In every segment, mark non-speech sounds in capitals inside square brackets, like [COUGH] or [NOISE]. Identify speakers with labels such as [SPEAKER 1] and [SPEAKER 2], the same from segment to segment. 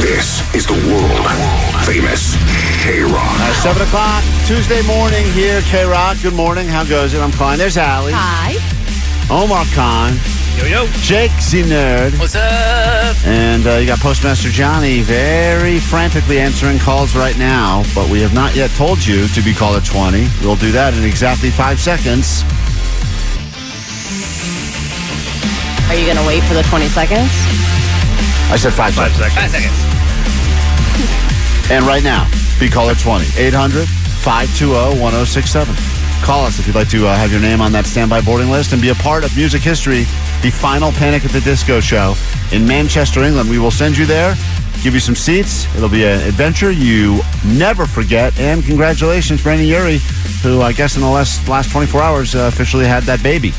[SPEAKER 1] This is the world famous K Rock.
[SPEAKER 2] Uh, 7 o'clock, Tuesday morning here, K Rock. Good morning. How goes it? I'm Klein. There's Allie.
[SPEAKER 3] Hi.
[SPEAKER 2] Omar Khan.
[SPEAKER 4] Yo yo.
[SPEAKER 2] Jake Z Nerd.
[SPEAKER 4] What's up?
[SPEAKER 2] And uh, you got Postmaster Johnny very frantically answering calls right now, but we have not yet told you to be caller 20. We'll do that in exactly five seconds.
[SPEAKER 3] Are you going to wait for the 20 seconds?
[SPEAKER 2] I said five,
[SPEAKER 4] Five
[SPEAKER 2] seconds.
[SPEAKER 4] seconds.
[SPEAKER 5] Five seconds.
[SPEAKER 2] And right now, be caller 20. 800 520 1067. Call us if you'd like to uh, have your name on that standby boarding list and be a part of music history, the final Panic at the Disco show in Manchester, England. We will send you there, give you some seats. It'll be an adventure you never forget. And congratulations, Brandon Yuri, who I guess in the last, last 24 hours uh, officially had that baby.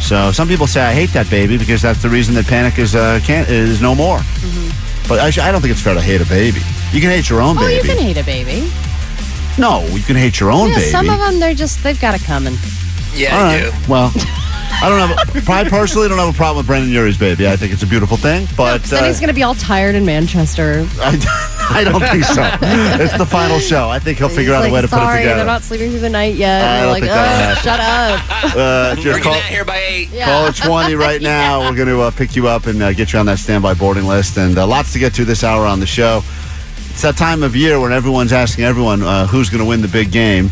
[SPEAKER 2] So some people say I hate that baby because that's the reason that Panic is uh, can't, is no more. But I, sh- I don't think it's fair to hate a baby. You can hate your own
[SPEAKER 5] Mm-hmm. Oh,
[SPEAKER 2] baby.
[SPEAKER 5] you can hate a baby.
[SPEAKER 2] No, you can hate your own
[SPEAKER 5] Yeah,
[SPEAKER 2] baby.
[SPEAKER 5] some of them they're just they've got it coming.
[SPEAKER 4] Yeah,
[SPEAKER 2] All
[SPEAKER 4] you do.
[SPEAKER 2] right. Well, I don't
[SPEAKER 5] [LAUGHS]
[SPEAKER 2] have. I personally don't have a problem with Brandon Yuri's baby. I think it's a beautiful thing, but uh,
[SPEAKER 5] then he's gonna be all tired in Manchester.
[SPEAKER 2] [LAUGHS] I, I don't think
[SPEAKER 5] [LAUGHS]
[SPEAKER 2] so. It's the final show. I think he'll figure out
[SPEAKER 5] He's
[SPEAKER 2] a way
[SPEAKER 5] like,
[SPEAKER 2] to put it
[SPEAKER 5] Sorry,
[SPEAKER 2] together.
[SPEAKER 5] they're not sleeping through the night yet. And
[SPEAKER 2] I don't
[SPEAKER 5] they're like,
[SPEAKER 2] think
[SPEAKER 5] oh, shut
[SPEAKER 2] that'll
[SPEAKER 5] up.
[SPEAKER 2] uh, if you're
[SPEAKER 4] We're
[SPEAKER 2] call-
[SPEAKER 4] getting out here by eight.
[SPEAKER 5] Yeah.
[SPEAKER 2] Caller 20 right now. We're going to uh, pick you up and uh, get you on that standby boarding list. And uh, lots to get to this hour on the show. It's that time of year when everyone's asking everyone uh, who's going to win the big game.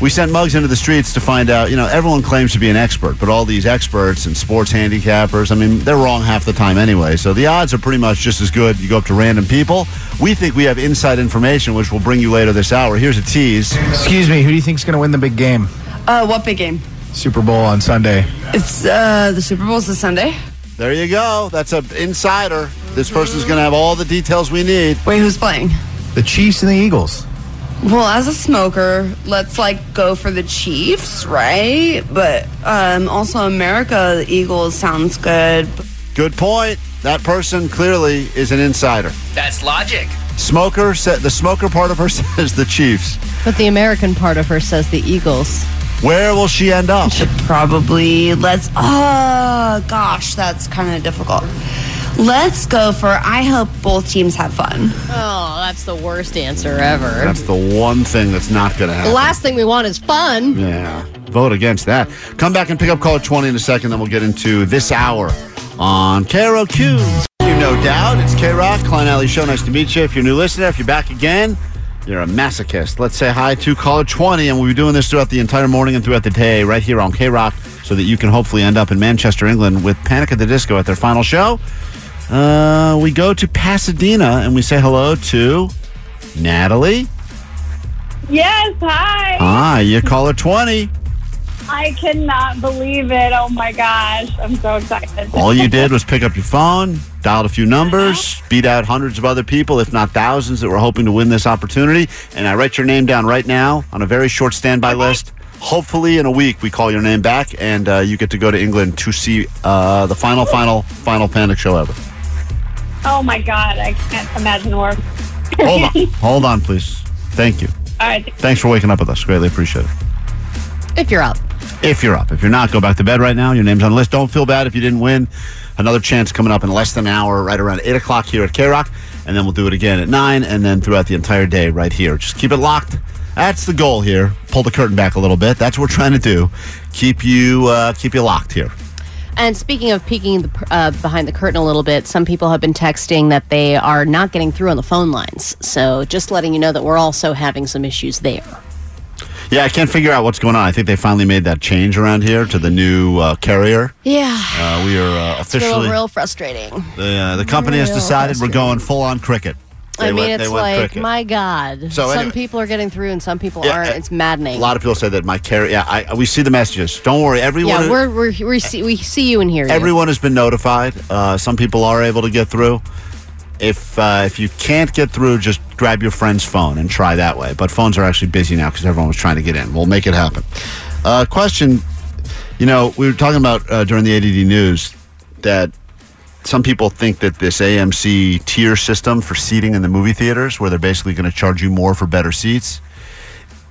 [SPEAKER 2] We sent mugs into the streets to find out. You know, everyone claims to be an expert, but all these experts and sports handicappers, I mean, they're wrong half the time anyway. So the odds are pretty much just as good. You go up to random people. We think we have inside information, which we'll bring you later this hour. Here's a tease.
[SPEAKER 6] Excuse me, who do you think's going to win the big game?
[SPEAKER 7] Uh, what big game?
[SPEAKER 6] Super Bowl on Sunday.
[SPEAKER 7] It's uh, the Super Bowl's this Sunday.
[SPEAKER 2] There you go. That's an insider. This person's going to have all the details we need.
[SPEAKER 7] Wait, who's playing?
[SPEAKER 6] The Chiefs and the Eagles.
[SPEAKER 7] Well, as a smoker, let's like go for the Chiefs, right? But um, also America, the Eagles sounds good.
[SPEAKER 2] Good point. That person clearly is an insider.
[SPEAKER 4] That's logic.
[SPEAKER 2] Smoker said the smoker part of her [LAUGHS] says the Chiefs.
[SPEAKER 5] But the American part of her says the Eagles.
[SPEAKER 2] Where will she end up?
[SPEAKER 7] Probably let's. Oh gosh, that's kind of difficult. Let's go for. I hope both teams have fun.
[SPEAKER 5] Oh, that's the worst answer ever.
[SPEAKER 2] That's the one thing that's not going to
[SPEAKER 5] The
[SPEAKER 2] happen.
[SPEAKER 5] last thing we want is fun.
[SPEAKER 2] Yeah. Vote against that. Come back and pick up caller 20 in a second, then we'll get into this hour on KROQ. You no doubt. It's K Rock, Klein Alley Show. Nice to meet you. If you're a new listener, if you're back again, you're a masochist. Let's say hi to caller 20, and we'll be doing this throughout the entire morning and throughout the day right here on K Rock so that you can hopefully end up in Manchester, England with Panic at the Disco at their final show. Uh, we go to Pasadena and we say hello to Natalie.
[SPEAKER 8] Yes, hi.
[SPEAKER 2] Hi, you're caller 20.
[SPEAKER 8] I cannot believe it. Oh my gosh. I'm so excited.
[SPEAKER 2] All you did was pick up your phone, dialed a few numbers, beat out hundreds of other people, if not thousands, that were hoping to win this opportunity. And I write your name down right now on a very short standby list. Hopefully, in a week, we call your name back and uh, you get to go to England to see uh, the final, final, final panic show ever.
[SPEAKER 8] Oh my god, I can't imagine the worst.
[SPEAKER 2] Hold on. Hold on, please. Thank you.
[SPEAKER 8] All right.
[SPEAKER 2] Thanks for waking up with us. Greatly appreciate it.
[SPEAKER 5] If you're up.
[SPEAKER 2] If you're up. If you're not, go back to bed right now. Your name's on the list. Don't feel bad if you didn't win. Another chance coming up in less than an hour, right around 8 o'clock here at K Rock. And then we'll do it again at 9 and then throughout the entire day right here. Just keep it locked. That's the goal here. Pull the curtain back a little bit. That's what we're trying to do. Keep you uh, keep you locked here.
[SPEAKER 3] And speaking of peeking the, per- uh, behind the curtain a little bit, some people have been texting that they are not getting through on the phone lines. So just letting you know that we're also having some issues there.
[SPEAKER 2] Yeah, I can't figure out what's going on. I think they finally made that change around here to the new uh, carrier.
[SPEAKER 3] Yeah.
[SPEAKER 2] Uh, we are uh,
[SPEAKER 3] It's real,
[SPEAKER 2] officially
[SPEAKER 3] real frustrating.
[SPEAKER 2] the, uh, the company has decided we're going full on cricket. They
[SPEAKER 3] I mean,
[SPEAKER 2] went- they
[SPEAKER 3] it's
[SPEAKER 2] went
[SPEAKER 3] like,
[SPEAKER 2] cricket.
[SPEAKER 3] my God.
[SPEAKER 2] So
[SPEAKER 3] some
[SPEAKER 2] anyway-
[SPEAKER 3] people are getting through and some people
[SPEAKER 2] Yeah,
[SPEAKER 3] aren't.
[SPEAKER 2] uh,
[SPEAKER 3] It's maddening.
[SPEAKER 2] A lot of people say that my carrier. Yeah, I, we see the messages. Don't worry, everyone.
[SPEAKER 3] yeah, we're, we're, we're see, we see you and hear you.
[SPEAKER 2] Everyone has been notified. Uh, some people are able to get through. If uh, if you can't get through, just grab your friend's phone and try that way. But phones are actually busy now because everyone was trying to get in. We'll make it happen. Uh, question: You know, we were talking about uh, during the ADD news that some people think that this AMC tier system for seating in the movie theaters, where they're basically going to charge you more for better seats,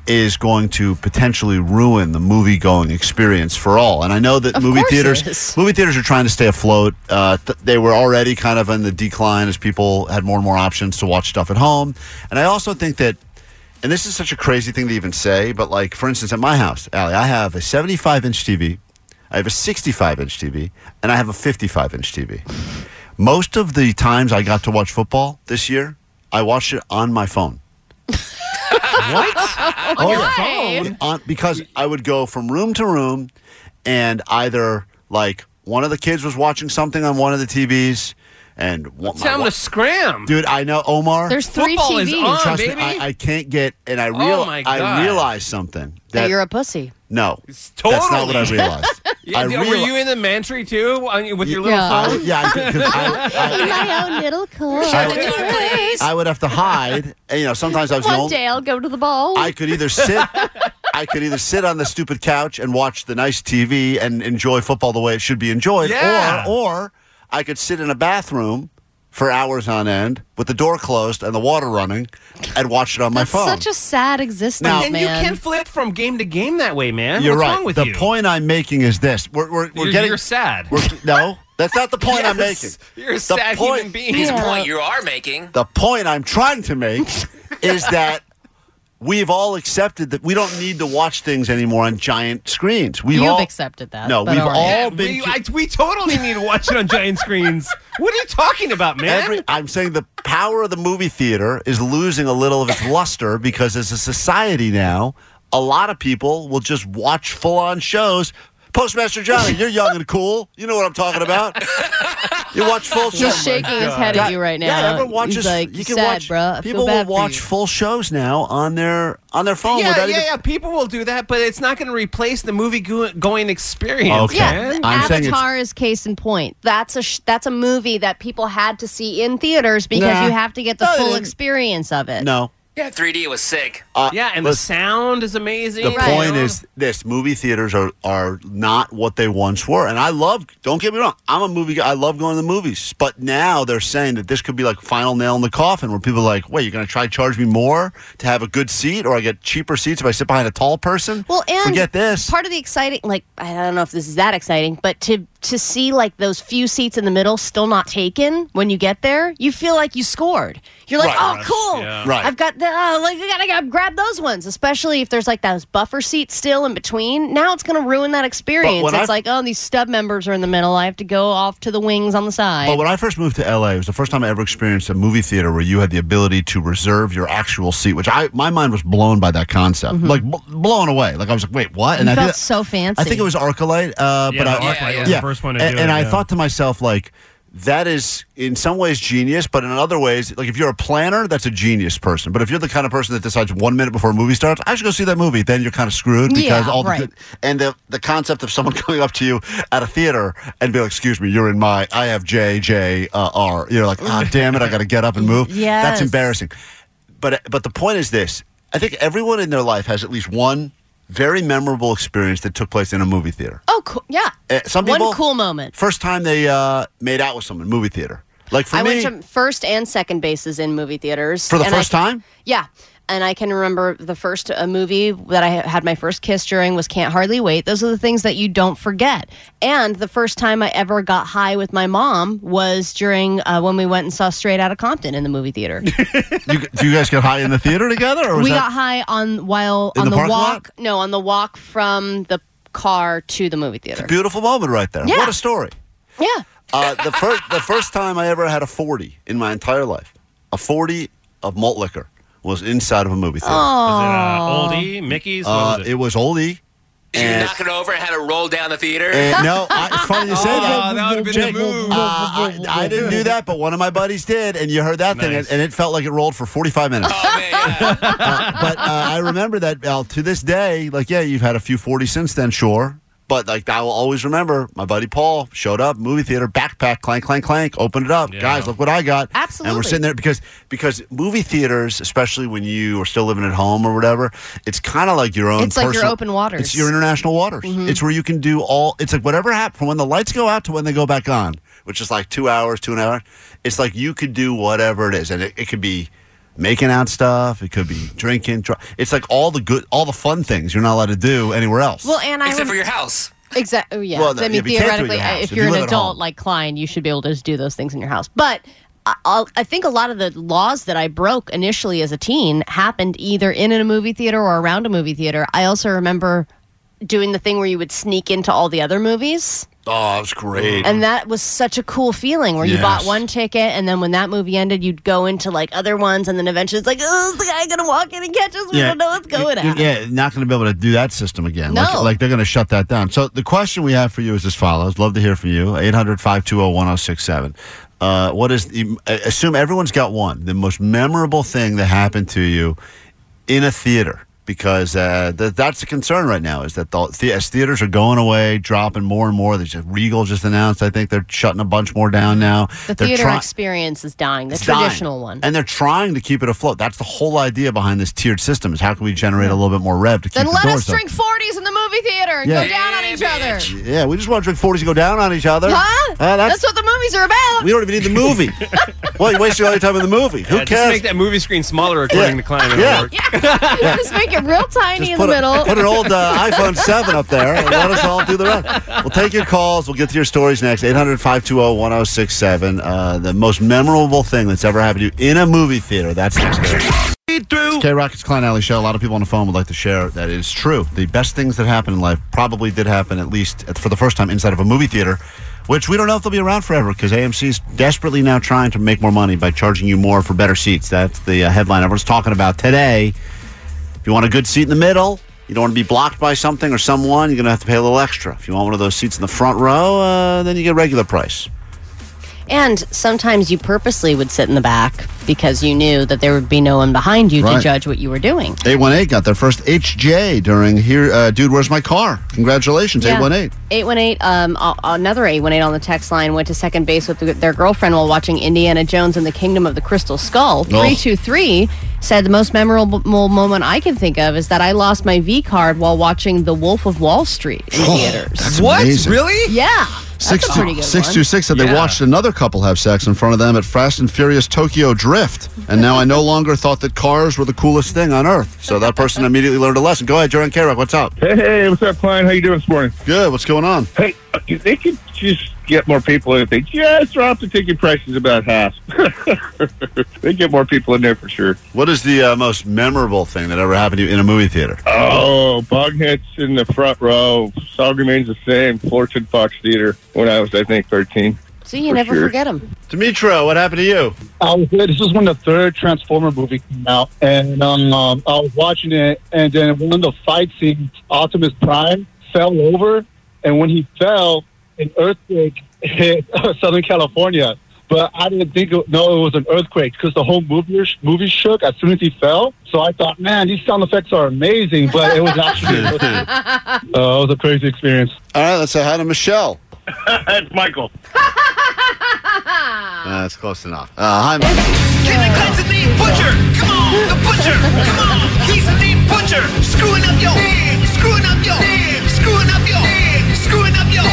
[SPEAKER 2] is going to potentially ruin the movie going experience for all. And I know that movie
[SPEAKER 3] course it
[SPEAKER 2] theaters
[SPEAKER 3] is.
[SPEAKER 2] movie theaters are trying to stay afloat. Uh, th- they were already kind of in the decline as people had more and more options to watch stuff at home. And I also think that. And this is such a crazy thing to even say, but like, for instance, at my house, Allie, I have a 75 inch TV, I have a 65 inch TV, and I have a 55 inch TV. Most of the times I got to watch football this year, I watched it on my phone.
[SPEAKER 9] [LAUGHS]
[SPEAKER 2] what? On your phone? because I would go from room to room and either like one of the kids was watching something on one of the TVs and one, my
[SPEAKER 9] Time
[SPEAKER 2] wa-
[SPEAKER 9] to scram.
[SPEAKER 2] dude, I know Omar.
[SPEAKER 3] There's three
[SPEAKER 9] Football is
[SPEAKER 3] TVs.
[SPEAKER 9] on.
[SPEAKER 2] Trust
[SPEAKER 9] baby.
[SPEAKER 2] me, I, I can't get, and I real,
[SPEAKER 9] Oh, my God.
[SPEAKER 2] I realized something
[SPEAKER 3] that
[SPEAKER 2] that
[SPEAKER 3] you're a pussy.
[SPEAKER 2] no,
[SPEAKER 9] Totally.
[SPEAKER 2] that's not what I realized.
[SPEAKER 9] [LAUGHS] Yeah,
[SPEAKER 2] I
[SPEAKER 9] were you
[SPEAKER 2] reali-
[SPEAKER 9] in the mantry too on- with your little
[SPEAKER 5] Yeah.
[SPEAKER 2] I-
[SPEAKER 9] phone?
[SPEAKER 2] yeah, I did, 'cause
[SPEAKER 9] [LAUGHS]
[SPEAKER 2] I,
[SPEAKER 3] my own little car.
[SPEAKER 2] I, I, I would have to hide. And, you know, sometimes I was the
[SPEAKER 3] One
[SPEAKER 2] only.
[SPEAKER 3] day I'll go to the ball.
[SPEAKER 2] I could either sit, I could either sit on the stupid couch and watch the nice TV and enjoy football the way it should be enjoyed,
[SPEAKER 9] Yeah.
[SPEAKER 2] or or I could sit in a bathroom for hours on end with the door closed and the water running and watch it on
[SPEAKER 5] That's
[SPEAKER 2] my phone.
[SPEAKER 5] such a sad existence,
[SPEAKER 2] Now-
[SPEAKER 9] And
[SPEAKER 5] Oh,
[SPEAKER 9] you
[SPEAKER 5] man.
[SPEAKER 9] can flip from game to game that way, man.
[SPEAKER 2] You're
[SPEAKER 9] What's
[SPEAKER 2] right.
[SPEAKER 9] wrong with
[SPEAKER 2] the
[SPEAKER 9] you?
[SPEAKER 2] point I'm making is this: we're we're, we're
[SPEAKER 9] you're,
[SPEAKER 2] getting
[SPEAKER 9] you're sad.
[SPEAKER 2] We're, no, that's not the point I'm
[SPEAKER 9] [LAUGHS] Yes.
[SPEAKER 2] making.
[SPEAKER 9] You're a
[SPEAKER 2] The
[SPEAKER 9] sad
[SPEAKER 2] point-
[SPEAKER 9] human being.
[SPEAKER 4] It's a point you are making.
[SPEAKER 2] The point I'm trying to make is that we've all accepted that we don't need to watch things anymore on giant screens. We've
[SPEAKER 5] You've
[SPEAKER 2] all
[SPEAKER 5] accepted that.
[SPEAKER 2] No,
[SPEAKER 5] but
[SPEAKER 2] we've
[SPEAKER 5] right.
[SPEAKER 2] all-
[SPEAKER 9] Yeah,
[SPEAKER 2] been
[SPEAKER 9] we,
[SPEAKER 2] ki-
[SPEAKER 9] I, we totally need to watch it on giant screens. [LAUGHS] What are you talking about, man?
[SPEAKER 2] Every, I'm saying the power of the movie theater is losing a little of
[SPEAKER 9] [LAUGHS]
[SPEAKER 2] its luster because as a society now, a lot of people will just watch full-on shows. Postmaster Johnny, you're young and cool. You know what I'm talking about. You watch full
[SPEAKER 5] He's
[SPEAKER 2] shows.
[SPEAKER 5] shaking his head at you right now.
[SPEAKER 2] Yeah, everyone watches.
[SPEAKER 5] He's like,
[SPEAKER 2] you
[SPEAKER 5] you
[SPEAKER 2] can
[SPEAKER 5] sad,
[SPEAKER 2] watch.
[SPEAKER 5] bruh. I feel
[SPEAKER 2] people
[SPEAKER 5] bad for
[SPEAKER 2] will watch
[SPEAKER 5] you."
[SPEAKER 2] full shows now on their on their phone.
[SPEAKER 9] yeah, yeah,
[SPEAKER 2] Oh, without even,
[SPEAKER 9] yeah. People will do that, but it's not going to replace the movie go- going experience.
[SPEAKER 2] Okay.
[SPEAKER 3] yeah,
[SPEAKER 9] man.
[SPEAKER 2] I'm saying
[SPEAKER 5] Avatar
[SPEAKER 2] it's-
[SPEAKER 3] Avatar is case in point. That's a sh- that's a movie that people had to see in theaters because
[SPEAKER 2] Nah.
[SPEAKER 3] you have to get the
[SPEAKER 2] No, they
[SPEAKER 3] full
[SPEAKER 2] didn't.
[SPEAKER 3] experience of it.
[SPEAKER 2] No,
[SPEAKER 4] Yeah, 3D was sick.
[SPEAKER 2] uh,
[SPEAKER 9] Yeah, and the
[SPEAKER 2] listen,
[SPEAKER 9] sound is amazing.
[SPEAKER 2] the
[SPEAKER 9] you
[SPEAKER 2] point
[SPEAKER 9] know?
[SPEAKER 2] is this: movie theaters are are not what they once were. And I love. Don't get me wrong. I'm a movie. guy. I love going to the movies. But now they're saying that this could be like final nail in the coffin, where people are like, wait, you're going to try to charge me more to have a good seat, or I get cheaper seats if I sit behind a tall person.
[SPEAKER 3] Well, and
[SPEAKER 2] forget this.
[SPEAKER 3] Part of the exciting, like I don't know if this is that exciting, but to to see like those few seats in the middle still not taken when you get there, you feel like you scored. You're like,
[SPEAKER 2] Right.
[SPEAKER 3] oh, cool.
[SPEAKER 9] Yeah.
[SPEAKER 2] Right.
[SPEAKER 3] I've got the uh, like I gotta, gotta grab those ones, especially if there's like those buffer seats still in between. Now it's gonna ruin that experience.
[SPEAKER 2] when
[SPEAKER 3] It's
[SPEAKER 2] I've-
[SPEAKER 3] like, oh, these stub members are in the middle. I have to go off to the wings on the side.
[SPEAKER 2] But when I first moved to LA, it was the first time I ever experienced a movie theater where you had the ability to reserve your actual seat, which I my mind was blown by that concept,
[SPEAKER 3] Mm-hmm.
[SPEAKER 2] like bl- blown away. Like I was like, wait, what? And
[SPEAKER 5] You
[SPEAKER 2] I
[SPEAKER 5] felt
[SPEAKER 2] did-
[SPEAKER 5] so fancy.
[SPEAKER 2] I think it was Arcalite, uh,
[SPEAKER 9] Yeah,
[SPEAKER 2] but I,
[SPEAKER 9] the Arclight
[SPEAKER 4] Yeah,
[SPEAKER 9] was
[SPEAKER 4] yeah.
[SPEAKER 9] the first one to
[SPEAKER 2] and,
[SPEAKER 9] do
[SPEAKER 2] and
[SPEAKER 9] it,
[SPEAKER 2] I
[SPEAKER 9] yeah.
[SPEAKER 2] thought to myself like. That is in some ways genius, but in other ways, like if you're a planner, that's a genius person. But if you're the kind of person that decides one minute before a movie starts, I should go see that movie, then you're kind of screwed because
[SPEAKER 5] Yeah,
[SPEAKER 2] all the
[SPEAKER 5] right.
[SPEAKER 2] good and the the concept of someone [LAUGHS] coming up to you at a theater and be like, "Excuse me, you're in my I have J J uh, R." You're like, "Ah, damn it, I got to get up and move." that's
[SPEAKER 3] Yes.
[SPEAKER 2] embarrassing. But but the point is this: I think everyone in their life has at least one very memorable experience that took place in a movie theater.
[SPEAKER 3] oh, cool. Yeah.
[SPEAKER 2] Uh, some
[SPEAKER 3] One
[SPEAKER 2] people
[SPEAKER 3] cool moment.
[SPEAKER 2] First time they uh, made out with someone, movie theater. Like for
[SPEAKER 3] I
[SPEAKER 2] me,
[SPEAKER 3] went to first and second bases in movie theaters
[SPEAKER 2] for the
[SPEAKER 3] and I
[SPEAKER 2] first
[SPEAKER 3] can-
[SPEAKER 2] time.
[SPEAKER 3] Yeah. And I can remember the first uh, movie that I had my first kiss during was Can't Hardly Wait. Those are the things that you don't forget. And the first time I ever got high with my mom was during uh, when we went and saw Straight Outta Compton in the movie theater.
[SPEAKER 2] [LAUGHS] You, do you guys get high in the theater together, or was
[SPEAKER 3] we
[SPEAKER 2] that
[SPEAKER 3] got high on while
[SPEAKER 2] In
[SPEAKER 3] on
[SPEAKER 2] the
[SPEAKER 3] the,
[SPEAKER 2] parking lot?
[SPEAKER 3] walk. No, on the walk from the car to the movie theater.
[SPEAKER 2] Beautiful moment right there.
[SPEAKER 3] Yeah.
[SPEAKER 2] What a story.
[SPEAKER 3] Yeah.
[SPEAKER 2] Uh, the first the first time I ever had a forty in my entire life, a forty of malt liquor was inside of a movie theater.
[SPEAKER 10] Was it uh, oldie, Mickey's? What
[SPEAKER 2] Uh,
[SPEAKER 10] was it?
[SPEAKER 2] it was oldie.
[SPEAKER 4] Did you
[SPEAKER 2] And,
[SPEAKER 4] knock it over and had it roll down the theater? Oh,
[SPEAKER 2] and no, I, it's funny
[SPEAKER 4] [LAUGHS]
[SPEAKER 2] you say that.
[SPEAKER 9] that would have been the move.
[SPEAKER 2] Uh, I, I didn't do that, but one of my buddies did, and you heard that thing, and,
[SPEAKER 10] Nice.
[SPEAKER 2] and it felt like it rolled for 45 minutes.
[SPEAKER 4] Oh man, yeah.
[SPEAKER 2] but [LAUGHS] uh, I remember that Al, to this day. Like, yeah, you've had a few 40 since then, sure. But like, I will always remember my buddy Paul showed up, movie theater, backpack, clank, clank, clank, opened it up.
[SPEAKER 10] Yeah.
[SPEAKER 2] Guys, look what I got. And we're
[SPEAKER 3] Absolutely.
[SPEAKER 2] sitting there because because movie theaters, especially when you are still living at home or whatever, it's kind of like your own.
[SPEAKER 5] It's like your
[SPEAKER 2] personal-
[SPEAKER 5] open waters.
[SPEAKER 2] It's your international waters. It's where you can do all. It's like whatever happened from when the lights go out to when they go back on, which is like two hours, two and a half. hours. It's like you could do whatever it is, and it, it could be making out stuff. It could be drinking. Dr- it's like all the good, all the fun things you're not allowed to do anywhere else.
[SPEAKER 3] Well, and I
[SPEAKER 4] except for
[SPEAKER 3] rem-
[SPEAKER 4] your house.
[SPEAKER 3] Exactly. oh, Yeah.
[SPEAKER 2] Well, no,
[SPEAKER 3] I
[SPEAKER 2] yeah,
[SPEAKER 3] mean,
[SPEAKER 2] but you can't do it at your
[SPEAKER 3] theoretically,
[SPEAKER 2] house.
[SPEAKER 3] if
[SPEAKER 2] If you
[SPEAKER 3] you're an
[SPEAKER 2] live at
[SPEAKER 3] adult
[SPEAKER 2] home.
[SPEAKER 3] like Klein, you should be able to just do those things in your house. But I- I'll, I think a lot of the laws that I broke initially as a teen happened either in a movie theater or around a movie theater. I also remember doing the thing where you would sneak into all the other movies.
[SPEAKER 2] oh, it was great.
[SPEAKER 3] And that was such a cool feeling where you bought
[SPEAKER 2] Yes.
[SPEAKER 3] one ticket, and then when that movie ended, you'd go into like other ones, and then eventually it's like, oh, is the guy gonna walk in and catch us? We don't know what's going
[SPEAKER 2] you-
[SPEAKER 3] on.
[SPEAKER 2] Yeah, not going to be able to do that system again. Like,
[SPEAKER 3] No.
[SPEAKER 2] like they're going to shut that down. So the question we have for you is as follows. Love to hear from you. 800-520-1067. Uh, what is the, assume everyone's got one, the most memorable thing that happened to you in a theater because uh, th- that's the concern right now is that the, the, as theaters are going away, dropping more and more. They just, Regal just announced, I think they're shutting a bunch more down now.
[SPEAKER 3] The
[SPEAKER 2] They're
[SPEAKER 3] theater
[SPEAKER 2] try-
[SPEAKER 3] experience is dying, the
[SPEAKER 2] it's dying.
[SPEAKER 3] traditional one.
[SPEAKER 2] And they're trying to keep it afloat. That's the whole idea behind this tiered system is how can we generate a little bit more rev to keep
[SPEAKER 3] Then
[SPEAKER 2] the
[SPEAKER 3] let
[SPEAKER 2] doors
[SPEAKER 3] us drink 40s in the movie theater and
[SPEAKER 2] Yeah.
[SPEAKER 3] go down on
[SPEAKER 4] Yeah,
[SPEAKER 3] each
[SPEAKER 4] bitch.
[SPEAKER 3] other.
[SPEAKER 2] open. Yeah, we just want to drink 40s and go down on each other.
[SPEAKER 3] Huh?
[SPEAKER 2] Uh, that's,
[SPEAKER 3] that's, what the movies are about.
[SPEAKER 2] we
[SPEAKER 3] [LAUGHS]
[SPEAKER 2] don't even need the movie. well, you wasted all your time in the movie. Who
[SPEAKER 9] Yeah, just
[SPEAKER 2] cares?
[SPEAKER 9] make that movie screen smaller according to Klein.
[SPEAKER 2] Yeah.
[SPEAKER 9] Yeah.
[SPEAKER 3] Just make it real tiny in the
[SPEAKER 2] put, a-
[SPEAKER 3] middle.
[SPEAKER 2] put an old uh, iPhone 7 up there and let us all do the rest. We'll take your calls. We'll get to your stories next. 800 520 1067. Uh, The most memorable thing that's ever happened to you in a movie theater. That's next. K Rockets Klein Alley Show. A lot of people on the phone would like to share that it is true. The best things that happen in life probably did happen, at least at- for the first time, inside of a movie theater, which we don't know if they'll be around forever because AMC is desperately now trying to make more money by charging you more for better seats. That's the uh, headline everyone's talking about today. If you want a good seat in the middle, you don't want to be blocked by something or someone, you're going to have to pay a little extra. If you want one of those seats in the front row, uh, then you get regular price.
[SPEAKER 3] And sometimes you purposely would sit in the back because you knew that there would be no one behind you
[SPEAKER 2] Right.
[SPEAKER 3] to judge what you were doing.
[SPEAKER 2] 818 got their first HJ during here. Uh, Dude, where's my car? Congratulations, 818.
[SPEAKER 3] 818, um, a- another 818 on the text line went to second base with their girlfriend while watching Indiana Jones and the Kingdom of the Crystal Skull.
[SPEAKER 2] Oh.
[SPEAKER 3] 323 said, The most memorable moment I can think of is that I lost my V card while watching The Wolf of Wall Street in theaters.
[SPEAKER 9] What?
[SPEAKER 2] Amazing.
[SPEAKER 9] Really?
[SPEAKER 3] Yeah. That's
[SPEAKER 2] Six
[SPEAKER 3] a
[SPEAKER 2] two-
[SPEAKER 3] pretty good
[SPEAKER 2] six
[SPEAKER 3] one.
[SPEAKER 2] two six said they
[SPEAKER 9] Yeah.
[SPEAKER 2] watched another couple have sex in front of them at Fast and Furious Tokyo Drift, and now
[SPEAKER 3] [LAUGHS]
[SPEAKER 2] I no longer thought that cars were the coolest thing on earth. So that person immediately learned a lesson. Go ahead, Jaron Kerouac, what's up?
[SPEAKER 11] Hey, hey, what's up, Klein? How you doing this morning?
[SPEAKER 2] Good, what's going on?
[SPEAKER 11] Hey, uh, they could just get more people in if they just drop the ticket prices about half. [LAUGHS] they get more people in there for sure.
[SPEAKER 2] What is the uh, most memorable thing that ever happened to you in a movie theater?
[SPEAKER 11] Oh, Bogheads in the front row. Song remains the same. Fullerton Fox Theater when I was, I think, 13.
[SPEAKER 3] See, you
[SPEAKER 11] For
[SPEAKER 3] never
[SPEAKER 11] sure.
[SPEAKER 3] forget them.
[SPEAKER 2] Dimitro, what happened to you?
[SPEAKER 11] Oh, this was when the third Transformer movie came out, and um, I was watching it, and then one of the fight scenes, Optimus Prime fell over, and when he fell, an earthquake hit [LAUGHS] Southern California. But I didn't think it, no, it was an earthquake because the whole movie movie shook as soon as he fell. So I thought, man, these sound effects are amazing, but it
[SPEAKER 2] [LAUGHS]
[SPEAKER 11] was actually an earthquake. uh, it was a crazy experience.
[SPEAKER 2] All right, let's say hi to Michelle.
[SPEAKER 11] [LAUGHS] It's Michael.
[SPEAKER 2] Uh, that's close enough. Uh, hi, Michelle.
[SPEAKER 4] Butcher, come on, the butcher, come on, he's the name butcher, screwing up your, screwing up your, screwing up your, screwing up your.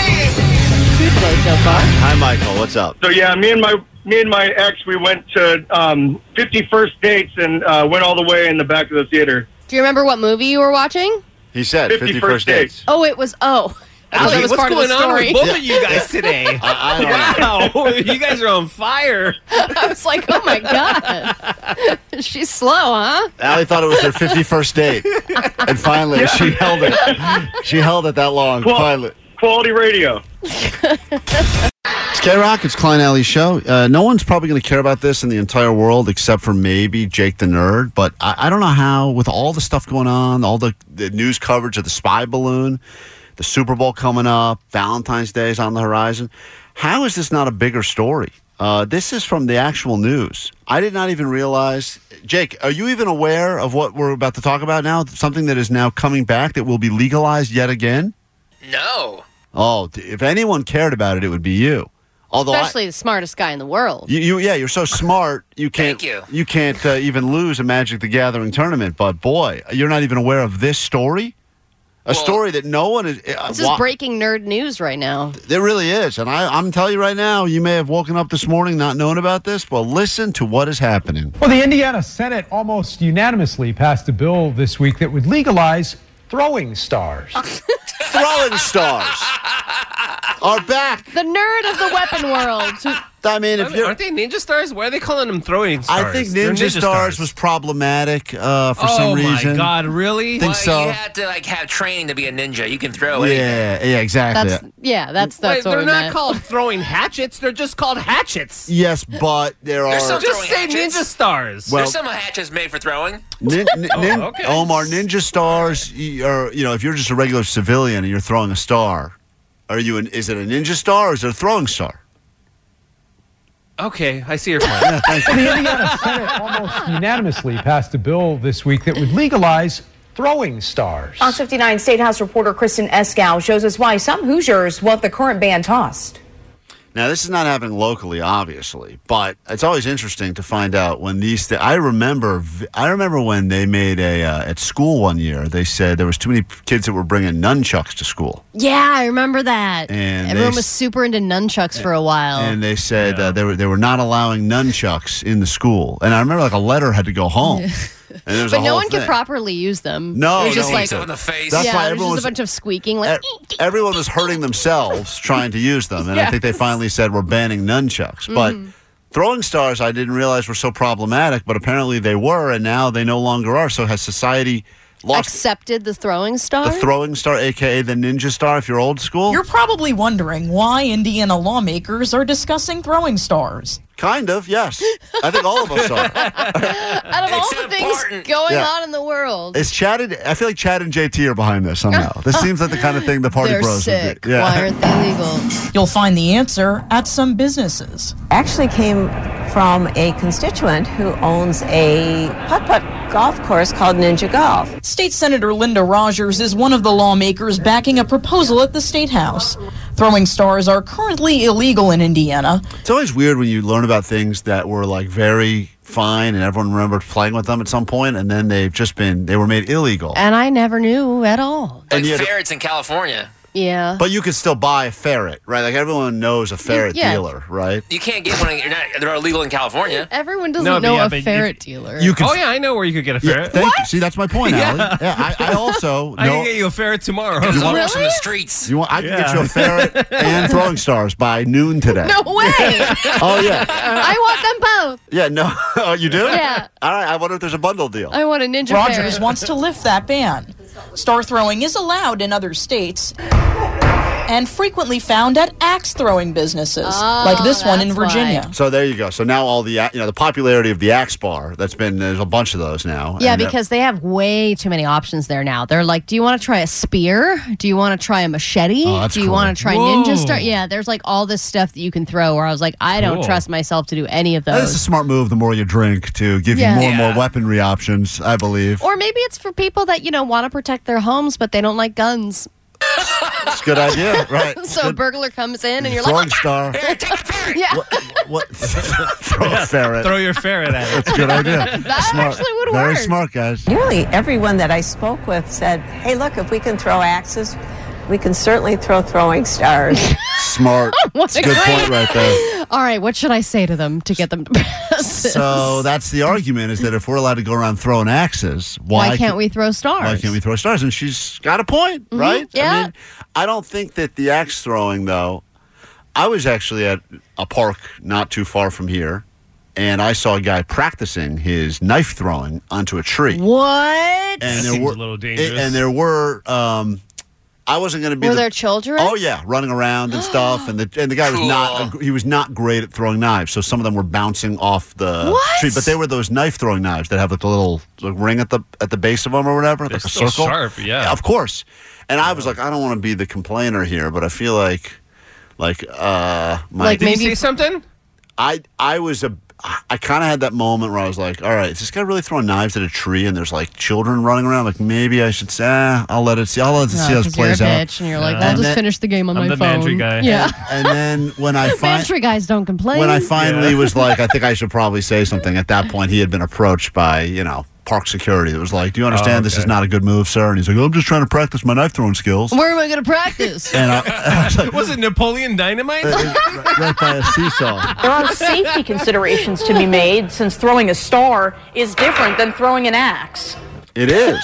[SPEAKER 2] Hi, Michael. What's up?
[SPEAKER 11] So yeah, me and my me and my ex, we went to um, 51st dates and uh, went all the way in the back of the theater.
[SPEAKER 3] Do you remember what movie you were watching?
[SPEAKER 2] He said
[SPEAKER 11] 51st
[SPEAKER 2] 51st,
[SPEAKER 11] dates.
[SPEAKER 2] dates.
[SPEAKER 3] Oh, it was. [LAUGHS] Oh. I thought it was
[SPEAKER 9] What's
[SPEAKER 3] part of the
[SPEAKER 9] going on
[SPEAKER 3] story. [LAUGHS]
[SPEAKER 9] with both of you guys
[SPEAKER 2] [LAUGHS]
[SPEAKER 9] today? [LAUGHS]
[SPEAKER 2] I, I don't know.
[SPEAKER 9] Wow, you guys are on fire.
[SPEAKER 3] I was like, oh my God. [LAUGHS] She's
[SPEAKER 5] slow, huh?
[SPEAKER 2] Allie thought it was her 51st date. And finally, she held it. She held it that long. Finally.
[SPEAKER 12] Quality radio.
[SPEAKER 2] It's K Rock. It's Klein Alley Show. Uh, no one's probably going to care about this in the entire world except for maybe Jake the Nerd. But I, I don't know how, with all the stuff going on, all the, the news coverage of the spy balloon, the Super Bowl coming up, Valentine's Day is on the horizon. How is this not a bigger story? Uh, this is from the actual news. I did not even realize. Jake, are you even aware of what we're about to talk about now? Something that is now coming back that will be legalized yet again?
[SPEAKER 9] No.
[SPEAKER 2] Oh, d- if anyone cared about it, it would be you. Although I-
[SPEAKER 3] Especially the smartest guy in the world.
[SPEAKER 2] you, you, yeah, you're so smart. You can't. you. can't uh, even lose a Magic the Gathering tournament. But boy, you're not even aware of this story. A story that no one is. Uh,
[SPEAKER 3] This is
[SPEAKER 2] wa-
[SPEAKER 3] breaking nerd news right now.
[SPEAKER 2] It really is, and I, I'm telling you right now, you may have woken up this morning not knowing about this. But listen to what is happening.
[SPEAKER 13] Well, the Indiana Senate almost unanimously passed a bill this week that would legalize throwing stars.
[SPEAKER 2] throwing stars
[SPEAKER 9] [LAUGHS]
[SPEAKER 2] are back.
[SPEAKER 3] The nerd of the weapon world.
[SPEAKER 2] I mean,
[SPEAKER 9] Aren't, aren't they ninja stars? Why are they calling them throwing stars?
[SPEAKER 2] I think
[SPEAKER 9] They're
[SPEAKER 2] Ninja, Stars, was problematic uh, for
[SPEAKER 9] Oh
[SPEAKER 2] some
[SPEAKER 9] my
[SPEAKER 2] reason.
[SPEAKER 9] God, really?
[SPEAKER 2] Think
[SPEAKER 14] well,
[SPEAKER 2] so?
[SPEAKER 14] you have to like have training to be a ninja. You can throw anything.
[SPEAKER 2] Yeah, yeah, exactly.
[SPEAKER 3] yeah, [LAUGHS] that's
[SPEAKER 9] Wait,
[SPEAKER 14] that's what
[SPEAKER 9] they're
[SPEAKER 14] we
[SPEAKER 9] not
[SPEAKER 14] meant.
[SPEAKER 9] called throwing hatchets. They're just called hatchets.
[SPEAKER 2] Yes, but there are
[SPEAKER 9] just say ninja stars.
[SPEAKER 2] Well-
[SPEAKER 14] There's some hatchets made for throwing.
[SPEAKER 2] Nin, nin,
[SPEAKER 14] Oh,
[SPEAKER 2] nin-
[SPEAKER 14] okay.
[SPEAKER 2] Omar, ninja stars y- are you know if you're just a regular civilian and you're throwing a star, are you an is it a ninja star or is it a throwing star?
[SPEAKER 9] Okay, I see
[SPEAKER 2] [LAUGHS]
[SPEAKER 9] your point.
[SPEAKER 13] Well, the Indiana Senate almost unanimously passed a bill this week that would legalize throwing stars.
[SPEAKER 15] Fox 59 State House reporter Kristen Eskow shows us why some Hoosiers want the current ban tossed.
[SPEAKER 2] Now this is not happening locally, obviously, but it's always interesting to find out when these. Th- I remember, v- I remember when they made a uh, at school one year. They said there was too many kids that were bringing nunchucks to school.
[SPEAKER 3] Yeah, I remember that.
[SPEAKER 2] And they
[SPEAKER 3] Everyone
[SPEAKER 2] s-
[SPEAKER 3] was super into nunchucks for a while.
[SPEAKER 2] And they said uh, they were they were not allowing nunchucks in the school. And I remember like a letter had to go
[SPEAKER 3] [LAUGHS]
[SPEAKER 2] home. And there was a
[SPEAKER 3] but no
[SPEAKER 2] whole
[SPEAKER 3] one could
[SPEAKER 2] thing.
[SPEAKER 3] properly use them.
[SPEAKER 2] No,
[SPEAKER 3] it was
[SPEAKER 2] no
[SPEAKER 3] just
[SPEAKER 2] one
[SPEAKER 3] like
[SPEAKER 2] could. That's
[SPEAKER 3] yeah,
[SPEAKER 2] why
[SPEAKER 3] it was
[SPEAKER 2] everyone
[SPEAKER 3] just
[SPEAKER 2] was-
[SPEAKER 3] a bunch of squeaking. Like
[SPEAKER 2] E-, Everyone was hurting themselves trying to use them, and I think they
[SPEAKER 3] Yes.
[SPEAKER 2] finally said we're banning nunchucks. But
[SPEAKER 16] Mm-hmm.
[SPEAKER 3] Mhm.
[SPEAKER 2] throwing stars, I didn't realize were so problematic, but apparently they were, and now they no longer are. So has society lost
[SPEAKER 3] accepted the throwing star.
[SPEAKER 2] the throwing star, aka the ninja star, if you're old school?
[SPEAKER 16] You're probably wondering why Indiana lawmakers are discussing throwing stars.
[SPEAKER 2] kind of, yes. I think all of us are.
[SPEAKER 16] [LAUGHS]
[SPEAKER 3] Out of all the things going
[SPEAKER 2] Yeah.
[SPEAKER 3] on in the world,
[SPEAKER 2] Is Chad and I feel like Chad and JT are behind this
[SPEAKER 16] [LAUGHS]
[SPEAKER 2] somehow. This seems like the kind of thing the party
[SPEAKER 16] They're
[SPEAKER 2] bros would
[SPEAKER 16] sick.
[SPEAKER 2] do. Yeah.
[SPEAKER 16] Why
[SPEAKER 3] aren't they legal?
[SPEAKER 16] You'll find the answer at some businesses.
[SPEAKER 17] actually came from a constituent who owns a putt putt golf course called Ninja Golf.
[SPEAKER 16] State Senator Linda Rogers is one of the lawmakers backing a proposal at the State House. Throwing stars are currently illegal in Indiana.
[SPEAKER 2] It's always weird when you learn about things that were like very fine and everyone remembered playing with them at some point, and then they've just been they were made illegal.
[SPEAKER 3] and I never knew at all.
[SPEAKER 2] And you had-
[SPEAKER 14] Ferrets in California.
[SPEAKER 3] Yeah,
[SPEAKER 2] but you could still buy a ferret, right? Like everyone knows a ferret
[SPEAKER 3] yeah.
[SPEAKER 2] dealer, right?
[SPEAKER 14] You can't get one. You're not. They're illegal in California.
[SPEAKER 3] Everyone doesn't
[SPEAKER 14] No, but
[SPEAKER 3] know
[SPEAKER 14] yeah,
[SPEAKER 3] a
[SPEAKER 14] but you-
[SPEAKER 2] [LAUGHS]
[SPEAKER 3] ferret dealer.
[SPEAKER 2] You could-
[SPEAKER 9] oh yeah, I know where you could get a
[SPEAKER 2] Yeah,
[SPEAKER 9] ferret.
[SPEAKER 2] thank you. See, that's my point, Allie. Yeah, I, I
[SPEAKER 3] [LAUGHS]
[SPEAKER 2] also
[SPEAKER 9] I
[SPEAKER 2] know.
[SPEAKER 9] can get you a ferret tomorrow.
[SPEAKER 2] You want- Really?
[SPEAKER 14] From the streets.
[SPEAKER 2] You want, I can get
[SPEAKER 9] Yeah.
[SPEAKER 2] you a ferret and throwing stars by noon today.
[SPEAKER 3] No way.
[SPEAKER 2] Oh yeah,
[SPEAKER 3] I want them both.
[SPEAKER 2] yeah. No, [LAUGHS] oh, you do?
[SPEAKER 16] Yeah.
[SPEAKER 2] All right. I wonder if there's a bundle deal.
[SPEAKER 3] I want a ninja
[SPEAKER 16] Rogers
[SPEAKER 3] ferret.
[SPEAKER 16] wants to lift that ban. Star throwing is allowed in other states and frequently found at axe throwing businesses,
[SPEAKER 3] Oh,
[SPEAKER 16] like this one in Virginia.
[SPEAKER 2] So there you go. So now all the you know the popularity of the Axe Bar that's been there's a bunch of those now.
[SPEAKER 3] Yeah,
[SPEAKER 2] And, uh,
[SPEAKER 3] because they have way too many options there now. They're like, do you want to try a spear? Do you want to try a machete?
[SPEAKER 2] Oh, that's
[SPEAKER 3] do you
[SPEAKER 2] cool.
[SPEAKER 3] want to try
[SPEAKER 2] Whoa.
[SPEAKER 3] ninja star? Yeah, there's like all this stuff that you can throw. Where I was like, I don't
[SPEAKER 2] Cool.
[SPEAKER 3] trust myself to do any of
[SPEAKER 2] that's a
[SPEAKER 3] those.
[SPEAKER 2] smart move. The more you drink, to give
[SPEAKER 3] Oh. Yeah.
[SPEAKER 2] you more and
[SPEAKER 3] Yeah.
[SPEAKER 2] more weaponry options. I believe
[SPEAKER 3] Or maybe it's for people that you know want to protect their homes, but they don't like guns. [LAUGHS]
[SPEAKER 2] it's a good idea, right?
[SPEAKER 3] so a burglar comes in, and you're
[SPEAKER 2] Throwing
[SPEAKER 3] like,
[SPEAKER 2] star.
[SPEAKER 3] yeah,
[SPEAKER 2] What?
[SPEAKER 3] [LAUGHS]
[SPEAKER 2] [LAUGHS] Throw a ferret.
[SPEAKER 9] Throw your ferret at
[SPEAKER 2] That's a good idea.
[SPEAKER 17] That
[SPEAKER 2] smart.
[SPEAKER 17] actually would
[SPEAKER 2] Very
[SPEAKER 17] work.
[SPEAKER 2] smart,
[SPEAKER 3] [LAUGHS]
[SPEAKER 2] guys.
[SPEAKER 17] Nearly everyone that I spoke with said, hey, look, if we can throw axes, we can certainly throw throwing stars.
[SPEAKER 3] [LAUGHS]
[SPEAKER 2] Smart. That's a good point right there.
[SPEAKER 3] All right, what should I say to them to get them to pass this?
[SPEAKER 2] So that's the argument is that if we're allowed to go around throwing axes, why,
[SPEAKER 3] why, can't we throw stars?
[SPEAKER 2] Why can't we throw stars? And she's got a point,
[SPEAKER 3] Mhm,
[SPEAKER 2] right? I
[SPEAKER 3] yeah.
[SPEAKER 2] mean, I don't think that the axe throwing, though, I was actually at a park not too far from here, and I saw a guy practicing his knife throwing onto a tree.
[SPEAKER 3] What?
[SPEAKER 2] And there were And there were. Um, I wasn't going to be.
[SPEAKER 3] Were
[SPEAKER 2] the-
[SPEAKER 3] there children?
[SPEAKER 2] Oh yeah, running around and
[SPEAKER 5] [GASPS]
[SPEAKER 2] stuff, and the and the guy was not he was not great at throwing knives. So some of them were bouncing off the
[SPEAKER 3] What?
[SPEAKER 2] tree, but they were those knife throwing knives that have like a little like, ring at the at the base of them or whatever, like a
[SPEAKER 10] so
[SPEAKER 2] circle.
[SPEAKER 10] sharp, yeah.
[SPEAKER 2] of course. And I was like, I don't want to be the complainer here, but I feel like, like, uh, my,
[SPEAKER 9] Like Did you maybe-
[SPEAKER 2] [LAUGHS]
[SPEAKER 9] say something?
[SPEAKER 2] I I was a. I kind of had that moment where I was like, "All right, is this guy really throwing knives at a tree?" And there's like children running around. Like maybe I should say, ah, "I'll let it see. I'll let it
[SPEAKER 5] No,
[SPEAKER 2] see how this
[SPEAKER 5] Oh, 'cause you're a
[SPEAKER 2] plays out."
[SPEAKER 5] bitch and you're like, I'll just
[SPEAKER 2] then-
[SPEAKER 5] finish the game on
[SPEAKER 2] I'm
[SPEAKER 5] my
[SPEAKER 2] the
[SPEAKER 5] phone.
[SPEAKER 2] Mantry guy.
[SPEAKER 5] Yeah.
[SPEAKER 2] And then
[SPEAKER 5] [LAUGHS]
[SPEAKER 2] when I
[SPEAKER 3] [LAUGHS]
[SPEAKER 2] find
[SPEAKER 5] Mantry guys don't complain.
[SPEAKER 2] when I finally was like, I think I should probably [LAUGHS] say something. At that point, he had been approached by you know park security that was like, "Do you understand this is
[SPEAKER 5] okay.
[SPEAKER 2] not a good move, sir?" And he's like, "I'm just trying to practice my knife throwing skills."
[SPEAKER 5] Where am I going to
[SPEAKER 2] [LAUGHS]
[SPEAKER 5] practice? [LAUGHS]
[SPEAKER 2] And I,
[SPEAKER 9] was it Napoleon Dynamite?
[SPEAKER 2] right by a seesaw.
[SPEAKER 15] There are safety considerations to be made since throwing a star is different than throwing an axe.
[SPEAKER 2] It is.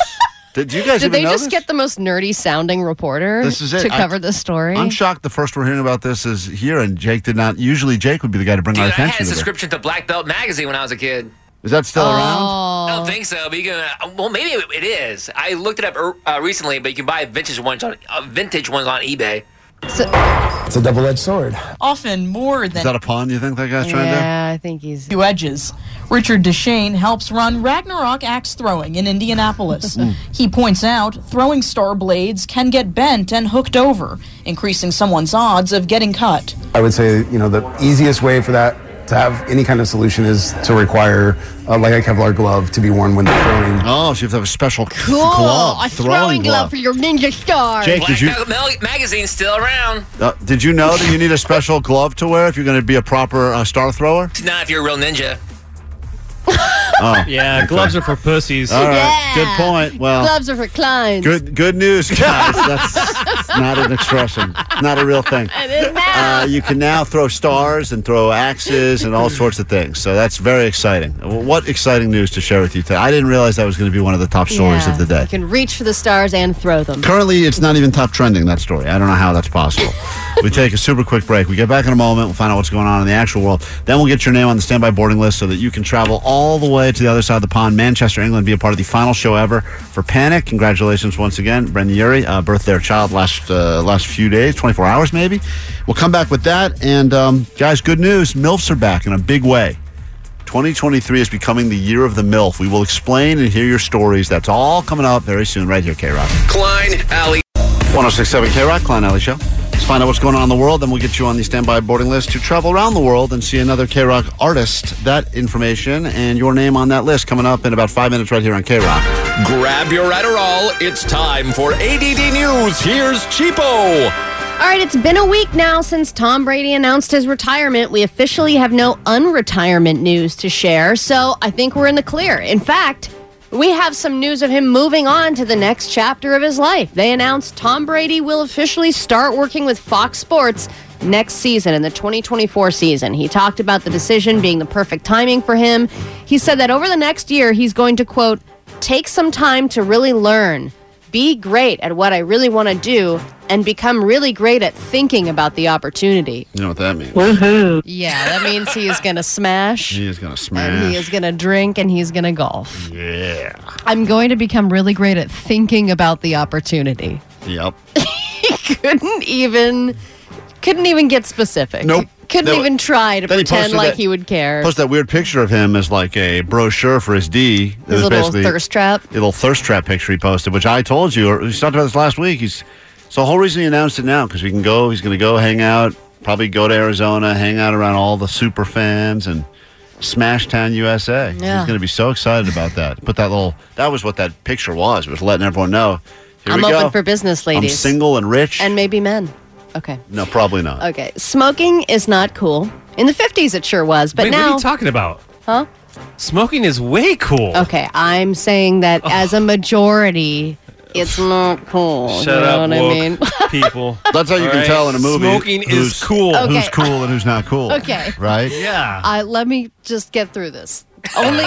[SPEAKER 2] Did you guys
[SPEAKER 5] Did
[SPEAKER 2] even
[SPEAKER 5] they
[SPEAKER 2] know
[SPEAKER 5] just
[SPEAKER 2] this?
[SPEAKER 5] get the most nerdy sounding reporter
[SPEAKER 2] This is it.
[SPEAKER 5] to
[SPEAKER 2] I-
[SPEAKER 5] cover this story?
[SPEAKER 2] I'm shocked the first we're hearing about this is here, and Jake did not. Usually, Jake would be the guy to bring our
[SPEAKER 14] Dude, I had
[SPEAKER 2] attention
[SPEAKER 14] a
[SPEAKER 2] to this.
[SPEAKER 14] subscription to Black Belt magazine when I was a kid.
[SPEAKER 2] Is that still
[SPEAKER 5] Oh,
[SPEAKER 2] around?
[SPEAKER 14] I don't think so, but you can. Uh, well, maybe it is. I looked it up er- uh, recently, but you can buy vintage ones on uh, vintage ones on eBay.
[SPEAKER 6] It's a double-edged sword.
[SPEAKER 16] Often more
[SPEAKER 2] Is
[SPEAKER 16] than
[SPEAKER 2] that a pun you think that guy's trying to do?
[SPEAKER 5] I think he's
[SPEAKER 16] two edges. Richard Deshane helps run Ragnarok axe throwing in Indianapolis. he points out throwing star blades can get bent and hooked over, increasing someone's odds of getting cut.
[SPEAKER 12] I would say, you know, the easiest way for that to have any kind of solution is to require, uh, like a Kevlar glove, to be worn when they're throwing.
[SPEAKER 2] Oh, so you have to have a special
[SPEAKER 5] Cool. a throwing, glove for your ninja star.
[SPEAKER 2] Jake, did you-
[SPEAKER 14] Black Belt magazine's still around.
[SPEAKER 2] Uh, did you know that you need a special glove to wear if you're going to be a proper uh, star thrower?
[SPEAKER 14] It's not if you're a real ninja.
[SPEAKER 2] [LAUGHS] Oh,
[SPEAKER 10] Yeah,
[SPEAKER 2] okay. Uh,
[SPEAKER 10] gloves are for pussies.
[SPEAKER 2] All right, good point. Well,
[SPEAKER 5] Gloves are for clients.
[SPEAKER 2] good good news, guys. That's not an expression, not a real thing. Uh, you can now throw stars and throw axes and all sorts of things. So that's very exciting. Well, What exciting news to share with you today? I didn't realize that was going to be one of the top stories
[SPEAKER 5] Yeah.
[SPEAKER 2] of the day.
[SPEAKER 5] You can reach for the stars and throw them.
[SPEAKER 2] Currently, it's not even top trending, that story. I don't know how that's possible. we take a super quick break. We get back in a moment. We'll find out what's going on in the actual world. Then we'll get your name on the standby boarding list so that you can travel all the way to the other side of the pond, Manchester, England, be a part of the final show ever for Panic. Congratulations once again, Brenda Yuri, uh, birth their child last, uh, last few days, 24 hours maybe. We'll come back with that. And, um, guys, good news MILFs are back in a big way. 2023 is becoming the year of the MILF. We will explain and hear your stories. That's all coming up very soon, right here, K Rock.
[SPEAKER 14] Klein Alley.
[SPEAKER 2] 1067 K Rock, Klein Alley Show. Let's find out what's going on in the world, then we'll get you on the standby boarding list to travel around the world and see another K Rock artist. That information and your name on that list coming up in about five minutes right here on K Rock.
[SPEAKER 18] Grab your Adderall. It's time for ADD News. Here's Cheapo.
[SPEAKER 3] All right, it's been a week now since Tom Brady announced his retirement. We officially have no unretirement news to share, so I think we're in the clear. In fact, we have some news of him moving on to the next chapter of his life. They announced Tom Brady will officially start working with Fox Sports next season in the 2024 season. He talked about the decision being the perfect timing for him. He said that over the next year, he's going to, quote, take some time to really learn be great at what I really want to do and become really great at thinking about the opportunity.
[SPEAKER 2] You know what that means?
[SPEAKER 3] Woohoo. Yeah, that means he is going to smash.
[SPEAKER 2] He is going to
[SPEAKER 3] And he is
[SPEAKER 2] smash.
[SPEAKER 3] going to drink and he's going to golf.
[SPEAKER 2] Yeah.
[SPEAKER 5] I'm going to become really great at thinking about the opportunity. [LAUGHS]
[SPEAKER 2] Yep.
[SPEAKER 5] He couldn't even couldn't even get specific.
[SPEAKER 2] Nope.
[SPEAKER 5] Couldn't
[SPEAKER 2] No.
[SPEAKER 5] even try to
[SPEAKER 2] Then he
[SPEAKER 5] pretend
[SPEAKER 2] posted
[SPEAKER 5] like
[SPEAKER 2] that-
[SPEAKER 5] he would care.
[SPEAKER 2] Plus, that weird picture of him as like a brochure for his D. It
[SPEAKER 5] His
[SPEAKER 2] was
[SPEAKER 5] little
[SPEAKER 2] basically-
[SPEAKER 5] thirst trap.
[SPEAKER 2] The little thirst trap picture he posted, which I told you, or we talked about this last week. He's so the whole reason he announced it now because we can go. He's going to go hang out, probably go to Arizona, hang out around all the super fans and Smash Town USA.
[SPEAKER 5] Yeah.
[SPEAKER 2] He's going to be so excited about that. But that little that was what that picture was. Was letting everyone know. Here
[SPEAKER 5] I'm
[SPEAKER 2] we go.
[SPEAKER 5] open for business,
[SPEAKER 2] I'm
[SPEAKER 5] ladies.
[SPEAKER 2] single and rich.
[SPEAKER 5] and maybe men. Okay.
[SPEAKER 2] No, probably not.
[SPEAKER 5] Okay. Smoking is not cool. In the 50s it sure was, but
[SPEAKER 9] Wait,
[SPEAKER 5] now
[SPEAKER 9] what are you talking about?
[SPEAKER 5] Huh?
[SPEAKER 9] Smoking is way cool.
[SPEAKER 5] Okay, I'm saying that
[SPEAKER 9] Oh.
[SPEAKER 5] as a majority it's not cool.
[SPEAKER 9] Shut
[SPEAKER 5] you know
[SPEAKER 9] up,
[SPEAKER 5] what I
[SPEAKER 3] [LAUGHS]
[SPEAKER 9] woke
[SPEAKER 5] mean?
[SPEAKER 9] people.
[SPEAKER 2] That's how you
[SPEAKER 9] All
[SPEAKER 2] can
[SPEAKER 9] right?
[SPEAKER 2] tell in a movie.
[SPEAKER 9] Smoking is
[SPEAKER 2] who's-
[SPEAKER 9] cool.
[SPEAKER 2] Who's
[SPEAKER 5] Okay.
[SPEAKER 2] cool and who's not cool?
[SPEAKER 5] Okay.
[SPEAKER 2] Right?
[SPEAKER 9] Yeah.
[SPEAKER 5] I let me just get through this.
[SPEAKER 9] [LAUGHS]
[SPEAKER 5] Only.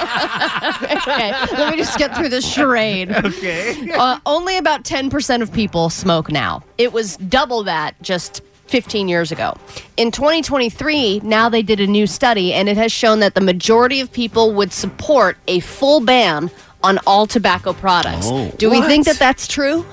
[SPEAKER 5] okay, let me just get through this charade.
[SPEAKER 3] [LAUGHS]
[SPEAKER 5] Okay. Uh, only about 10% of people smoke now. It was double that just
[SPEAKER 3] 15 years ago. In 2023, now they did a new study, and it has shown that the majority of people would support a full ban on all tobacco products.
[SPEAKER 2] Oh.
[SPEAKER 3] Do we
[SPEAKER 2] What?
[SPEAKER 3] think that that's true?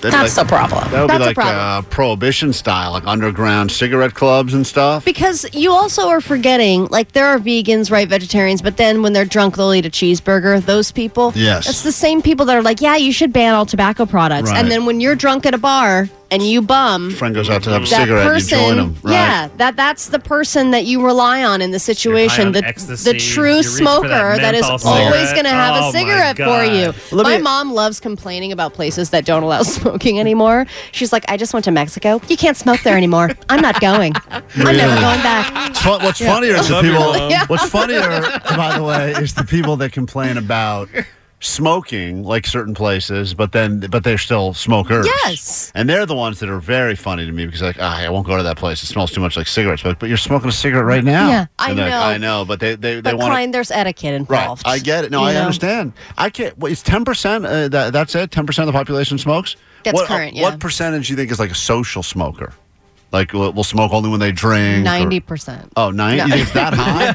[SPEAKER 3] That's the problem.
[SPEAKER 2] That would
[SPEAKER 3] That's
[SPEAKER 2] be
[SPEAKER 3] the
[SPEAKER 2] like
[SPEAKER 3] problem.
[SPEAKER 2] Uh, prohibition style, like underground cigarette clubs and stuff.
[SPEAKER 3] Because you also are forgetting, like, there are vegans, right? Vegetarians, but then when they're drunk, they'll eat a cheeseburger. Those people.
[SPEAKER 2] Yes.
[SPEAKER 3] It's the same people that are like, yeah, you should ban all tobacco products.
[SPEAKER 2] Right.
[SPEAKER 3] And then when you're drunk at a bar and you bum.
[SPEAKER 2] Friend goes out to have a
[SPEAKER 3] that
[SPEAKER 2] cigarette,
[SPEAKER 3] person,
[SPEAKER 2] you join them, right?
[SPEAKER 3] yeah, that that's the person that you rely on in the situation.
[SPEAKER 2] on
[SPEAKER 3] The,
[SPEAKER 2] ecstasy,
[SPEAKER 3] the
[SPEAKER 2] you
[SPEAKER 3] true
[SPEAKER 2] reach for
[SPEAKER 3] smoker
[SPEAKER 2] that
[SPEAKER 3] that is
[SPEAKER 2] menthol
[SPEAKER 3] always
[SPEAKER 2] cigarette.
[SPEAKER 3] going to have
[SPEAKER 2] Oh, my
[SPEAKER 3] a cigarette for
[SPEAKER 2] God.
[SPEAKER 3] you.
[SPEAKER 2] Let
[SPEAKER 3] my
[SPEAKER 2] me-
[SPEAKER 3] mom loves complaining about places that don't allow [LAUGHS] smoking anymore. She's like, I just went to Mexico. You can't smoke there anymore. I'm not going. I'm never
[SPEAKER 2] Really?
[SPEAKER 3] going back.
[SPEAKER 2] It's fun- what's
[SPEAKER 3] Yeah.
[SPEAKER 2] funnier is the
[SPEAKER 3] Love your
[SPEAKER 2] people.
[SPEAKER 3] mom. Yeah.
[SPEAKER 2] What's funnier, by the way, is the people that complain about smoking, like certain places, but then but they're still smokers.
[SPEAKER 3] Yes.
[SPEAKER 2] and they're the ones that are very funny to me because like ah, I won't go to that place. It smells too much like cigarette smoke. But you're smoking a cigarette right now.
[SPEAKER 3] Yeah, I
[SPEAKER 2] And they're like,
[SPEAKER 3] know.
[SPEAKER 2] I know, but they they, they
[SPEAKER 3] But
[SPEAKER 2] want
[SPEAKER 3] Klein, there's etiquette
[SPEAKER 2] Right,
[SPEAKER 3] involved.
[SPEAKER 2] I get it. No,
[SPEAKER 3] you
[SPEAKER 2] I
[SPEAKER 3] know?
[SPEAKER 2] understand. I can't. Well, it's ten percent. Uh, that, that's it. Ten percent of the population smokes.
[SPEAKER 3] That's
[SPEAKER 2] what, uh,
[SPEAKER 3] current, yeah.
[SPEAKER 2] What percentage do you think is like a social smoker? Like will, will smoke only when they drink. or-
[SPEAKER 3] Ninety percent.
[SPEAKER 2] Oh, 90?
[SPEAKER 3] No.
[SPEAKER 2] You think it's
[SPEAKER 3] [LAUGHS]
[SPEAKER 2] that high?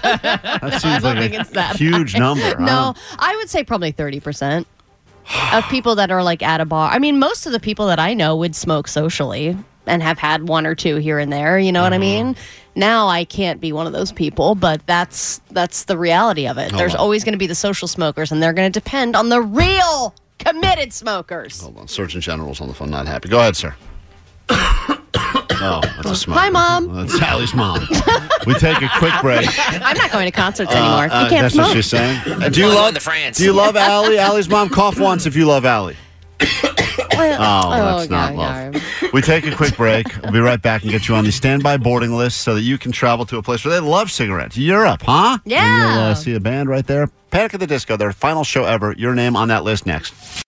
[SPEAKER 2] that seems like a huge number. I
[SPEAKER 3] No,
[SPEAKER 2] don't-
[SPEAKER 3] I would say probably thirty percent of people that are like at a bar. I mean, most of the people that I know would smoke socially and have had one or two here and there. You know what I
[SPEAKER 2] Mm-hmm.
[SPEAKER 3] mean? Now I can't be one of those people, but that's that's the reality of it.
[SPEAKER 2] Oh,
[SPEAKER 3] There's
[SPEAKER 2] wow.
[SPEAKER 3] always going to be the social smokers, and they're going to depend on the real committed smokers.
[SPEAKER 2] Hold on. Surgeon General's on the phone. Not happy. Go ahead,
[SPEAKER 3] [COUGHS]
[SPEAKER 2] sir. oh, that's a smoke.
[SPEAKER 3] Hi, Mom.
[SPEAKER 2] That's Sally's mom. we take a
[SPEAKER 3] [LAUGHS]
[SPEAKER 2] quick break.
[SPEAKER 3] I'm not going to concerts
[SPEAKER 2] Uh,
[SPEAKER 3] anymore.
[SPEAKER 2] uh,
[SPEAKER 3] you can't
[SPEAKER 2] that's
[SPEAKER 3] smoke.
[SPEAKER 2] what she's saying.
[SPEAKER 14] [LAUGHS] That's
[SPEAKER 2] do you
[SPEAKER 14] why I
[SPEAKER 2] love
[SPEAKER 14] went to France.
[SPEAKER 2] Do you love Allie? Allie's mom. Cough once if you love Allie. [LAUGHS] Oh, that's not love. We take a quick break. We'll be right back and get you on the standby boarding list so that you can travel to a place where they love cigarettes. Europe, huh?
[SPEAKER 3] Yeah.
[SPEAKER 2] And you'll uh, see a band right there. Panic at the Disco, their final show ever. Your name on that list next.